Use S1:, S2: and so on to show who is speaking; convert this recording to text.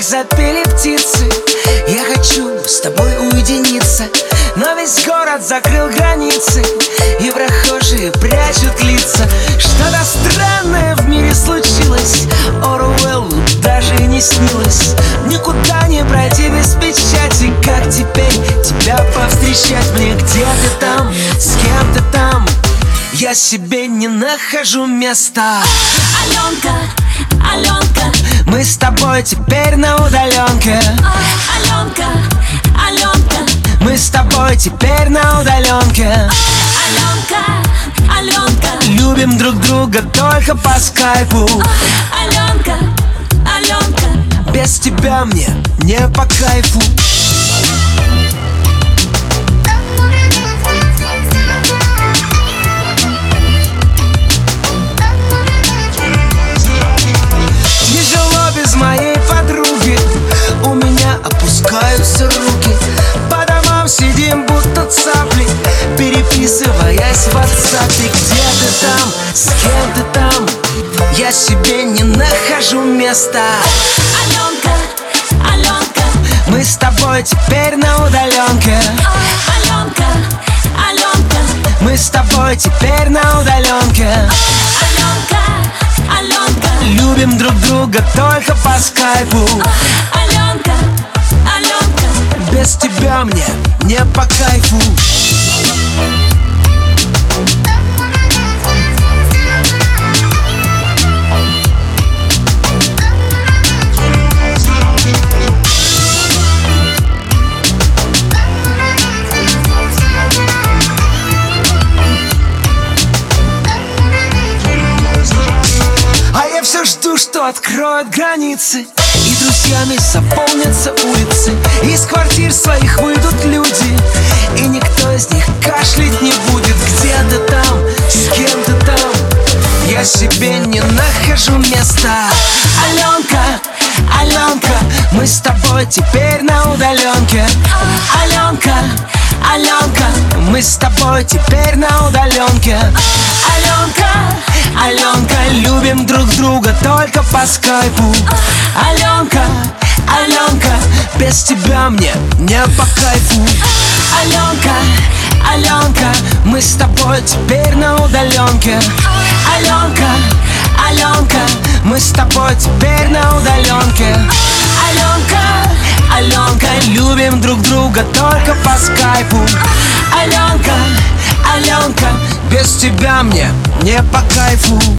S1: запели птицы Я хочу с тобой уединиться Но весь город закрыл границы И прохожие прячут лица Что-то странное в мире случилось Оруэллу даже не снилось Никуда не пройти без печати Как теперь тебя повстречать мне? Где ты там? С кем ты там? Я себе не нахожу места
S2: Аленка, Аленка,
S1: Мы с тобой теперь на удаленке
S2: ой, Аленка, Аленка,
S1: Мы с тобой теперь на удаленке
S2: Аленка, Аленка,
S1: Любим друг друга только по скайпу
S2: Аленка, Аленка,
S1: Без тебя мне не по кайфу Тяжело без моей подруги У меня опускаются руки По домам сидим, будто цапли Переписываясь в WhatsApp Где ты там? С кем ты там? Я себе не нахожу места
S2: Аленка, Аленка,
S1: Мы с тобой теперь на удаленке
S2: ой, Аленка, Аленка,
S1: Мы с тобой теперь на удаленке
S2: Аленка, Аленка,
S1: Любим друг друга только по скайпу
S2: Аленка, Аленка,
S1: Без тебя мне не по кайфу А я все жду, что откроют границы И друзьями заполнятся улицы Из квартир своих выйдут люди И никто из них кашлять не будет Где ты там? С кем ты там? Я себе не нахожу места Аленка, Аленка Мы с тобой теперь на удаленке Аленка, Аленка Мы с тобой теперь на удаленке Аленка, Аленка, любим друг друга только по скайпу Аленка, Аленка, без тебя мне не по кайфу Аленка, Аленка, мы с тобой теперь на удаленке Аленка, Аленка, мы с тобой теперь на удаленке Аленка, Аленка, любим друг друга только по скайпу Аленка, Аленка, без тебя мне не по кайфу